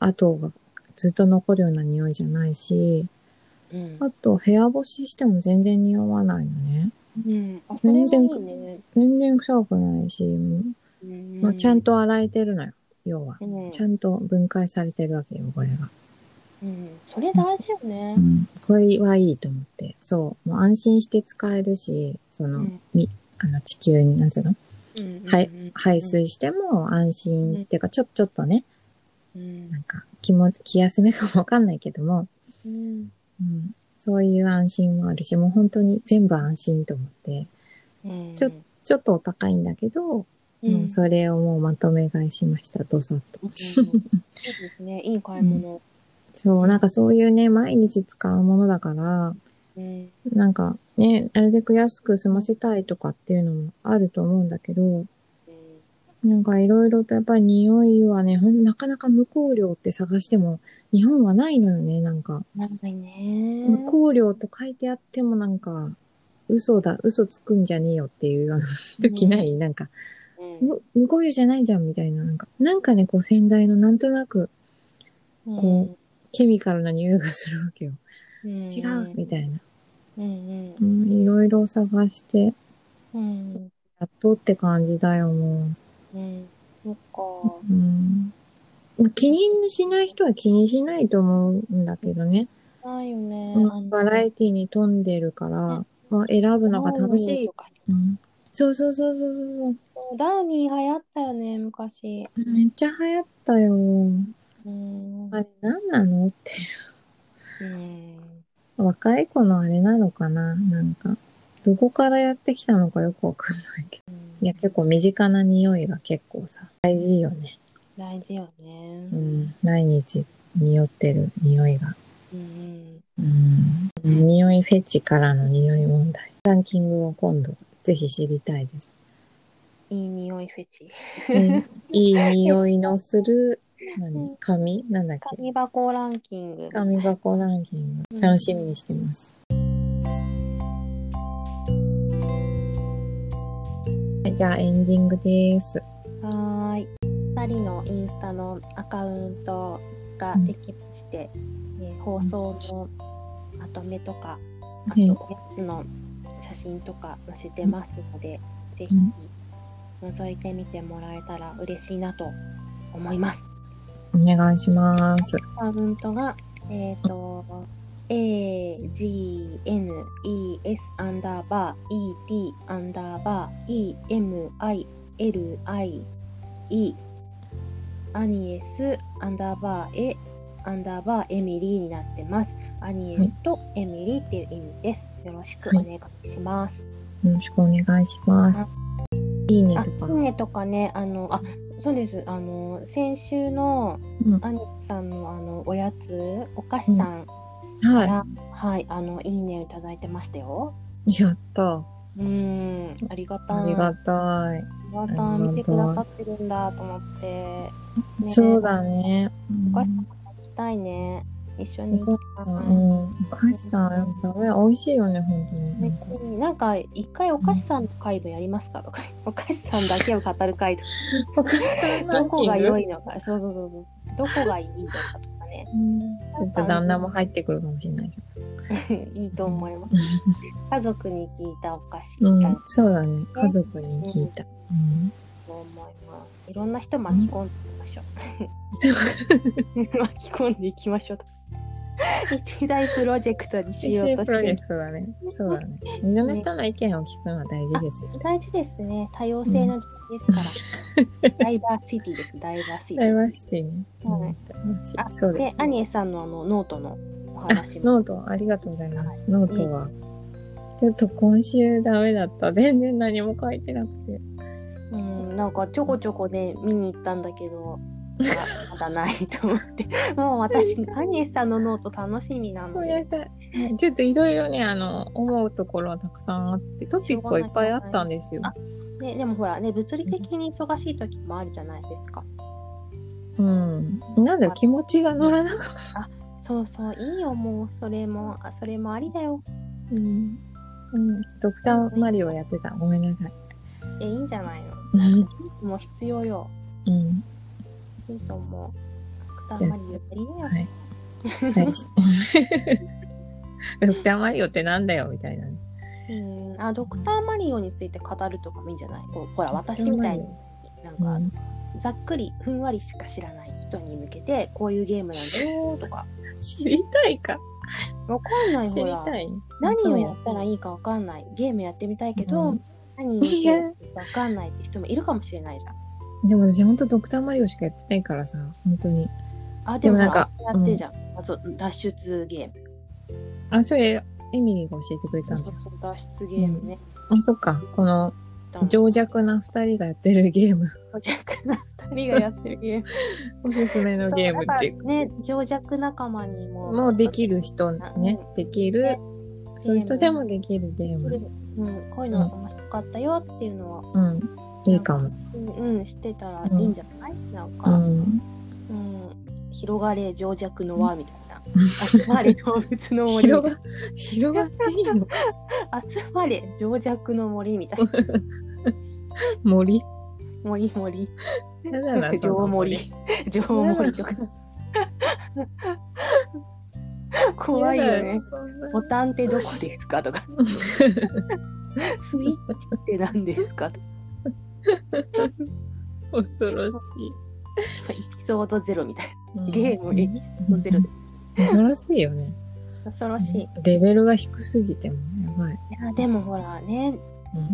S1: 後がずっと残るような匂いじゃないし、
S2: うん
S1: あと、部屋干ししても全然匂わないのね。
S2: うんあ
S1: 全然
S2: それはいいね
S1: 全然臭くないし、
S2: うん
S1: まあ、ちゃんと洗えてるのよ、要は。
S2: うん
S1: ちゃんと分解されてるわけよ、これが。
S2: うんそれ大事よね
S1: うん、これはいいと思って。そう。もう安心して使えるし、その、
S2: うん
S1: みあの地球に、なんつうの
S2: うん
S1: はい排水しても安心、
S2: うん
S1: っていうか、ちょ、ちょっとね、
S2: うん
S1: なんか気も、気休めかもわかんないけども、
S2: うん
S1: うん、そういう安心もあるし、もう本当に全部安心と思って、
S2: うん
S1: ちょちょっとお高いんだけど、
S2: うん
S1: うんそれをもうまとめ買いしました、どさっと。
S2: うんそうですねいい買い物
S1: そう、なんかそういうね、毎日使うものだから、
S2: うん
S1: なんかね、なるべく安く済ませたいとかっていうのもあると思うんだけど、
S2: うん
S1: なんかいろいろとやっぱり匂いはね、ほんなかなか無香料って探しても、日本はないのよね、なんか。
S2: なんかいいね
S1: 無香料と書いてあってもなんか、嘘だ、嘘つくんじゃねえよっていうような時ない、なんか、
S2: うん
S1: 無無香料じゃないじゃんみたいな、なんか、なんかね、こう洗剤のなんとなくこケミカルな匂いがするわけよ。
S2: うん
S1: 違うみたいな。
S2: うん
S1: うん、いろいろ探して、や
S2: うんうん
S1: っとって感じだよ、もう。
S2: うんそっか
S1: うん気にしない人は気にしないと思うんだけどね。
S2: ないよね
S1: うん
S2: あの
S1: バラエティに富んでるから、まあ、選ぶのが楽しい
S2: と。かさ
S1: うんそうそうそうそうそう。
S2: ダウニー流行ったよね、昔。
S1: めっちゃ流行ったよ。
S2: うん。
S1: あれ何なのって。
S2: うん。
S1: 若い子のあれなのかななんか。どこからやってきたのかよくわかんないけど。いや、結構身近な匂いが結構さ、大事よね。
S2: 大事よね
S1: う。ん。毎日匂ってる匂いが。
S2: うん。
S1: うん匂いフェチからの匂い問題。ランキングを今度、ぜひ知りたい です。
S2: いい匂いフェチ。
S1: いい匂いのする、何紙なんだっけ
S2: 紙箱ランキング。
S1: 紙箱ランキン
S2: う
S1: グ。
S2: ん
S1: 楽しみにしてます。はいじゃあエンディングです。
S2: はーい。二人のインスタのアカウントができまして、えー放送のまとめとか、あと
S1: い
S2: おやつの写真とか載せてますので、ぜひ
S1: うん
S2: 覗いてみてもらえたら嬉しいなと思います。
S1: お願いします。
S2: アカウントが、えっ、と、A, G, N, E, S, アンダーバー、E, T, アンダーバー、E, M, I, L, I, E、アニエス、アンダーバー、A、アンダーバー、エミリーになってます。アニエスとエミリーっていう意味です。よろしくお願いします。
S1: よろしくお願いします。いいね
S2: あ、
S1: とか。
S2: いいねとかね、あの、あ、そうです。あの、先週の
S1: うん、
S2: 兄さんのあのおやつ、お菓子さんか
S1: は
S2: ら、はい、あの、いいねをいただいてましたよ。
S1: い。やった。
S2: うーん、ありがたい。
S1: ありがたい。
S2: ありがたい。見てくださってるんだと思って。ね
S1: そうだね。
S2: お菓子さんも行きたいね。一緒に行きたい。
S1: うん。お菓子さん、やっぱ食べ美味しいよね、本当に。
S2: 別になんか一回お菓子さんの回もやりますかとか、 お菓子さんだけを語る回とか、
S1: お菓子さん
S2: どこが良
S1: い
S2: いのか、そうそうそうそう、どこがいいのかとかね、
S1: ちょっと旦那も入ってくるかもしれないけど。
S2: いいと思い ます。家族に聞いたお菓子
S1: う
S2: だ
S1: ん、そうだね。家族に聞いた。うん。
S2: と思います。いろんな人巻き込んでいきましょう。巻き込んでいきま しょうと。一大プロジェクトにしようと
S1: プ
S2: し
S1: ロジ
S2: て
S1: ェ。クトだね。そうだね。いろんな人の意見を聞くのは大事ですよ。
S2: 大事ですね。多様性の時代ですから。ダイバーシティです。ダイバーシテ
S1: ダイバ
S2: ィ。
S1: ーシティね。
S2: はい
S1: うん
S2: あ
S1: そうで、
S2: ですア
S1: ね。
S2: ニエさんのあのノートのお
S1: あ
S2: 話も。
S1: ノート、ありがとうございます。ノートは。ちょっと今週ダメだった。全然何も書いてなくて。
S2: うん、なんかちょこちょこね、見に行ったんだけど、あまだないと思って。もう私、アニエさんのノート楽しみなの
S1: ごめん
S2: で
S1: な。さい。ちょっといろいろね、あの、思うところはたくさんあって、トピックはいっぱいあったんですよ。
S2: ね、でもほらね、物理的に忙しい時もあるじゃないですか。
S1: うん。なんだよ、気持ちが乗らなかっ
S2: そうそう、いいよ、もう、それも、あそれもありだよ。
S1: た。うん。ドクターマリオやってた。ごめんな さい。
S2: え、いいんじゃないのもう必要よ。
S1: うん。
S2: いいと思う。たまにゆっくりだよ。
S1: はい。ドクターマリオってなんだよ、みたいなね。
S2: うん、あ、ドクターマリオについて語るとかもいいんじゃないこうほら、私みたいに、なんか、
S1: うん
S2: ざっくり、ふんわりしか知らない人に向けて、こういうゲームなんだ よとか。
S1: 知りたいか。
S2: わかんない
S1: 知
S2: ほ
S1: り
S2: ら。
S1: たい。
S2: 何をやったらいいかわかんない。ゲームやってみたいけど、
S1: うん
S2: 何をやっていいかわかんないって人もいるかもしれないじゃん。
S1: でも私、ほんとドクターマリオしかやってないからさ、本当に。
S2: あ、
S1: で
S2: で
S1: も
S2: も
S1: な
S2: なんん
S1: か
S2: か、やってんじゃん。あそう脱出ゲーム。
S1: あ、それ、エミリーが教えてくれた
S2: そうん
S1: じ
S2: そ
S1: ゃ
S2: うそう、脱出ゲームね。
S1: ん。あ、そっか。この、
S2: だから
S1: 情弱な二人がやってるゲーム。
S2: 情弱な二人がやってるゲーム。
S1: おすすめのゲームっていう
S2: そうだからね、情弱仲間にも。
S1: もうできる人ね、できる
S2: ね、
S1: そういう人でもできるゲー
S2: うん。
S1: ム。
S2: うん、こういうのが面白かったよっていうのは、
S1: うん、いいかも。
S2: うん、知ってたらいいんじゃない、な
S1: う
S2: んか、うん
S1: ん、
S2: 広がれ情弱の輪みたいな。集まれ動物の森みたい
S1: 広が、広
S2: な。
S1: がっていいのか
S2: 集まれ情弱の森みたいな。
S1: 森
S2: 森森。
S1: やだな、そ
S2: 情
S1: の
S2: 森。。情森とか。 怖いよ
S1: やだ
S2: ね。
S1: そんな
S2: ボタンってどこですかとか。スイッチって何ですかとか。
S1: 恐ろしい。
S2: エピソードゼロみたい
S1: うん
S2: な。ゲームエピソードゼロで。
S1: 恐ろしいよね。
S2: 恐ろしい。い
S1: レベルが低すぎてもやばい。
S2: や、でもほらね、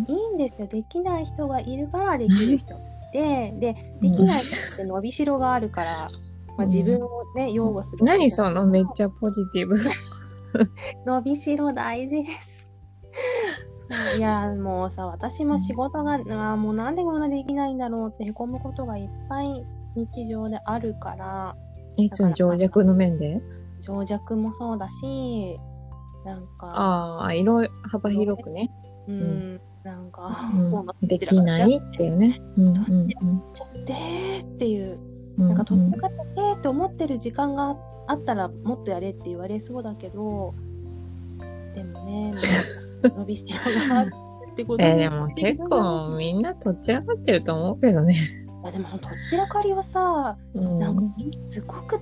S1: うん
S2: いいんですよ。できない人がいるからできる人って。で、できない人って伸びしろがあるから、まあ、自分をね、擁護する。
S1: 何そのめっちゃポジティ ブ。
S2: 伸びしろ大 事です。いやもうさ私も仕事があーもうなんでこんなできないんだろうってへこむことがいっぱい日常であるから
S1: え、その情弱の面で
S2: 情弱もそうだしなんか
S1: ああ、色幅広くね。
S2: うーんなんか、こ
S1: うん
S2: な
S1: できないっていうね。うんうんうん
S2: ちゃってっていう
S1: うん
S2: なんかとっかかってって思ってる時間があったらもっとやれって言われそうだけどでもね もう伸びしろがあるってこと
S1: えー
S2: に
S1: でも結構みんなとっちらかってると思うけどね。
S2: あでもそのどちらかりはさ
S1: うん
S2: なんかすごく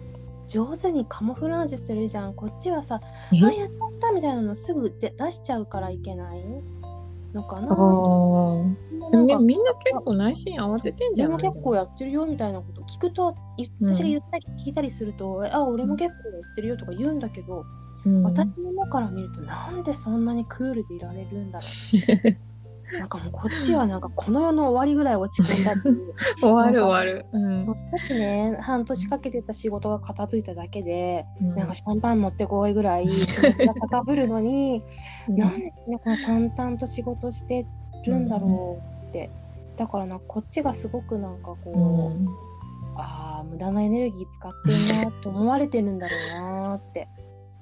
S2: 上手にカモフラージュするじゃんこっちはさ
S1: え
S2: あやっちゃったみたいなのすぐで出しちゃうからいけないのか
S1: あ
S2: な
S1: ー
S2: なん
S1: み
S2: か
S1: みんな結構内心慌ててんじ
S2: 自
S1: ゃ
S2: 分
S1: ない
S2: 結構やってるよみたいなこと聞くとい
S1: うん
S2: 私が言ったり聞いたりすると、あ俺も結構やってるよとか言うんだけど、
S1: うん
S2: 私の目から見るとなんでそんなにクールでいられるんだろ うなんかもうこっちはなんかこの世の終わりぐらい落ち込んだっていう
S1: 終わる終わる。
S2: その時ね半年かけてた仕事が片付いただけで、
S1: うん
S2: なんかシャンパン持ってこいぐらい気持ちが高ぶるのになんでねこの淡々と仕事してるんだろうって、だからなんかこっちがすごくなんかこう、
S1: うん、
S2: ああ無駄なエネルギー使ってんなって思われてるんだろうなーって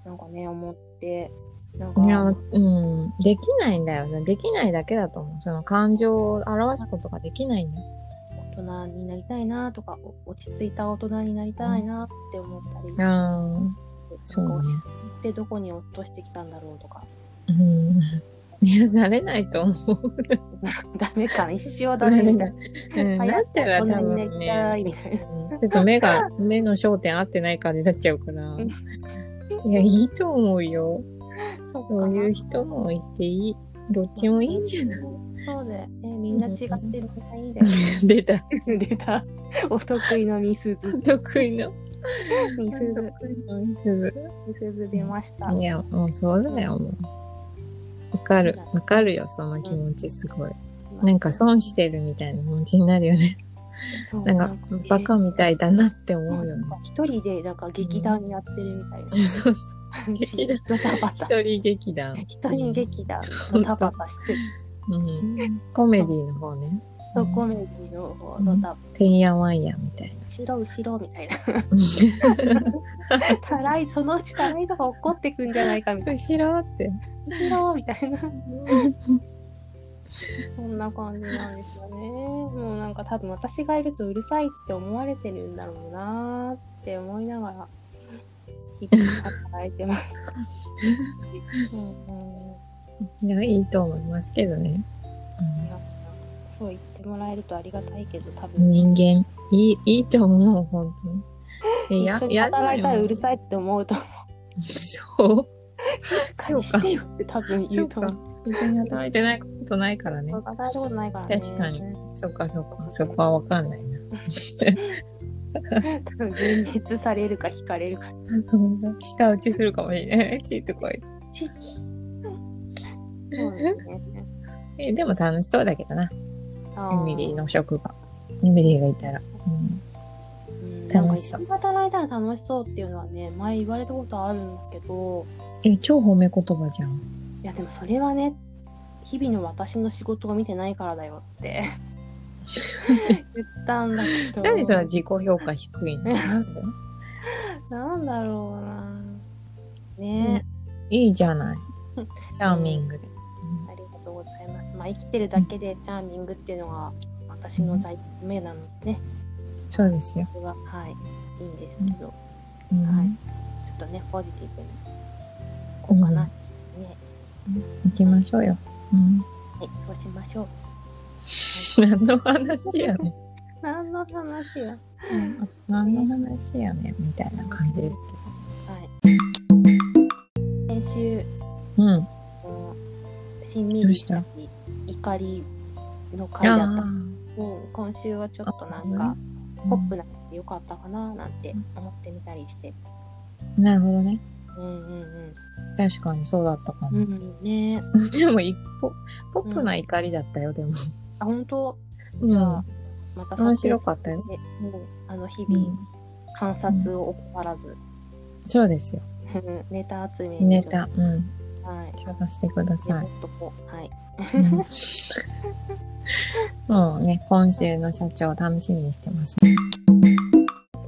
S2: なんかね思ってなんか
S1: いや、うん、できないんだよね。できないだけだと思う。その感情を表すことができないんだよ。
S2: 大人になりたいなとかお落ち着いた大人になりたいなって思ったり、なんか
S1: あそうね
S2: 落ち着いてどこに落としてきたんだろうとか
S1: あ、うん。 いや、なれないと思う。
S2: ダメかな一生ダメみ たい
S1: うん、
S2: な
S1: なったら
S2: 大
S1: 多
S2: 人にな
S1: 分ね、
S2: りたいみたいな
S1: うんちょっと目が、目の焦点合ってない感じになっちゃうから。いや、いいと思うよ。
S2: そうか
S1: そ
S2: な
S1: ういう人もいていい。どっちもいいんじゃない
S2: そうだよねみんな違ってみんないいだよね
S1: 出た。
S2: 出たお得意のミスズ
S1: 得意の。
S2: ミスズ
S1: 得意のミスズ
S2: ミスズ出ました
S1: いや、もうそうだよ、もう。わかる。わかるよ、その気持ち、すごい。なんか損してるみたいな気持ちになるよね。
S2: そう
S1: なんか、バカみたいだなって思うよ
S2: なん
S1: ね。
S2: か一人でなんか劇団やってるみたいな
S1: そうそう。
S2: 感じ
S1: 劇団
S2: ドタバタ
S1: 一人劇団。
S2: 一人劇団ドタバタしてる
S1: うん。コメディの方ね。
S2: とコメディの方ドタバ
S1: てんやわんやみたい
S2: タ後ろ後ろみたいな
S1: な。
S2: たらいそのうちたらいとか怒ってくんじゃないかみたい
S1: 後ろって。
S2: な後ろみたいなそんな感じなんですよねもうなんか多分私がいるとうるさいって思われてるんだろうなーって思いながら日々働いてますうんうん
S1: いや、いいと思いますけどね。
S2: そう言ってもらえるとありがたいけど、多
S1: うん
S2: 分
S1: 人間、いい、いいと思う、本当に。え
S2: 一緒に働いたらうる
S1: い。
S2: さいって思うと、
S1: そう。
S2: 返してよって多分言うと思う。
S1: 一緒に働いてないことないからね。
S2: 働いたことないからね。
S1: 確かにそっかそっか。そこはわかんないな。
S2: 多分分裂されるか引かれるか。
S1: 舌打ちするかもしれない。チーとか言っ
S2: ちそうですね。
S1: てえでも楽しそうだけどな。
S2: あ
S1: エミリーの職場。エミリーがいたら。うん
S2: うんなんか
S1: 楽し
S2: 一
S1: そ
S2: 緒
S1: う
S2: に働いたら楽しそうっていうのはね、前言われたことあるんだけど、
S1: え、超褒め言葉じゃん。
S2: いやでもそれはね、日々の私の仕事を見てないからだよって言ったんだけ ど。
S1: なんでその自己評価低いの なんで
S2: なんだろうな。ね、
S1: いいじゃない。チャーミングで。
S2: ありがとうございます。まあ、生きてるだけでチャーミングっていうのが私の在目なのでね、
S1: そうですよ。
S2: それははいいいんですけど、ち
S1: うん
S2: はいょっとねポジティブにこうかな、ね、
S1: 行きましょうよ。うん、
S2: はい、そうしましょう。
S1: 何の話やね。
S2: 何の話や。
S1: うん何の話やねみたいな感じです
S2: はい。先週
S1: けど。うん。
S2: こうしんみりしたり怒りの回だった
S1: あ
S2: うん今週はちょっとなんか。
S1: ー
S2: ポップなってよかったかななんて思ってみたりして。
S1: なるほどね。
S2: うんうん
S1: 確かにそうだったか
S2: う
S1: な。
S2: ん。うんねえ。
S1: でも一歩、ポップな怒りだったよ、でも。
S2: あ、本当
S1: う
S2: じゃ
S1: ん
S2: あ。、また
S1: 面白かったよ。
S2: でもう、あの、日
S1: う
S2: 々
S1: ん、
S2: 観察を怠らず、
S1: そうですよ。
S2: ネタ集め
S1: ネ
S2: にちょっと
S1: タ、うん。
S2: はい。
S1: 探してくだ
S2: で
S1: さ
S2: も
S1: い。
S2: っとこう、はい。
S1: うんもうね、今週の社長楽しみにしてます。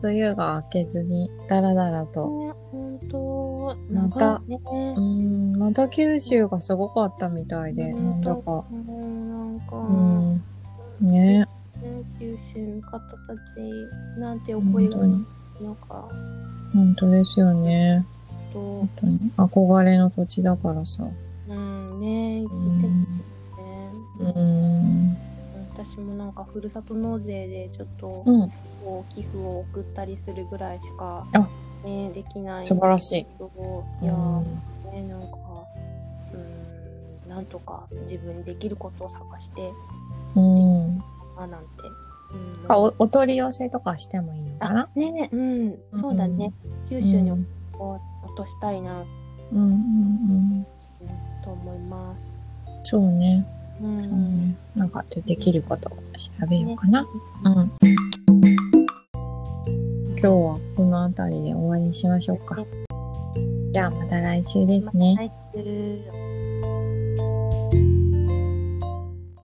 S1: 梅雨が明けずに、だらだらと。
S2: 本当
S1: また
S2: ね、
S1: うーん、また九州がすごかったみたいで、なんだか。
S2: うん、なんか、
S1: うん。ね
S2: ね九州の方たちなんて怒りがあるのか、
S1: 本当ですよね。
S2: と
S1: 本、当に。憧れの土地だからさ。
S2: うん、ね、言っ
S1: う
S2: て
S1: ん。
S2: ますね。
S1: うん。
S2: 私もなんかふるさと納税でちょっと
S1: うん。
S2: こう寄付を送ったりするぐらいしか
S1: あ、
S2: ね、できない
S1: 素晴らしい。
S2: いやーねなんかうーんなんとか自分にできることを探して
S1: うん。うん。
S2: あなんて、うん、
S1: かおお取り寄せとかしてもいいのか
S2: あ
S1: な
S2: ねうんそうだね、九州に
S1: うん
S2: こう落としたいな
S1: うんうんうん。
S2: と思います
S1: そうね。
S2: う、
S1: うんん。なんか、ちょっとできることを調べようかな。うん。今日はこの辺りで終わりにしましょうか。じゃあ、また来週ですね。
S2: はい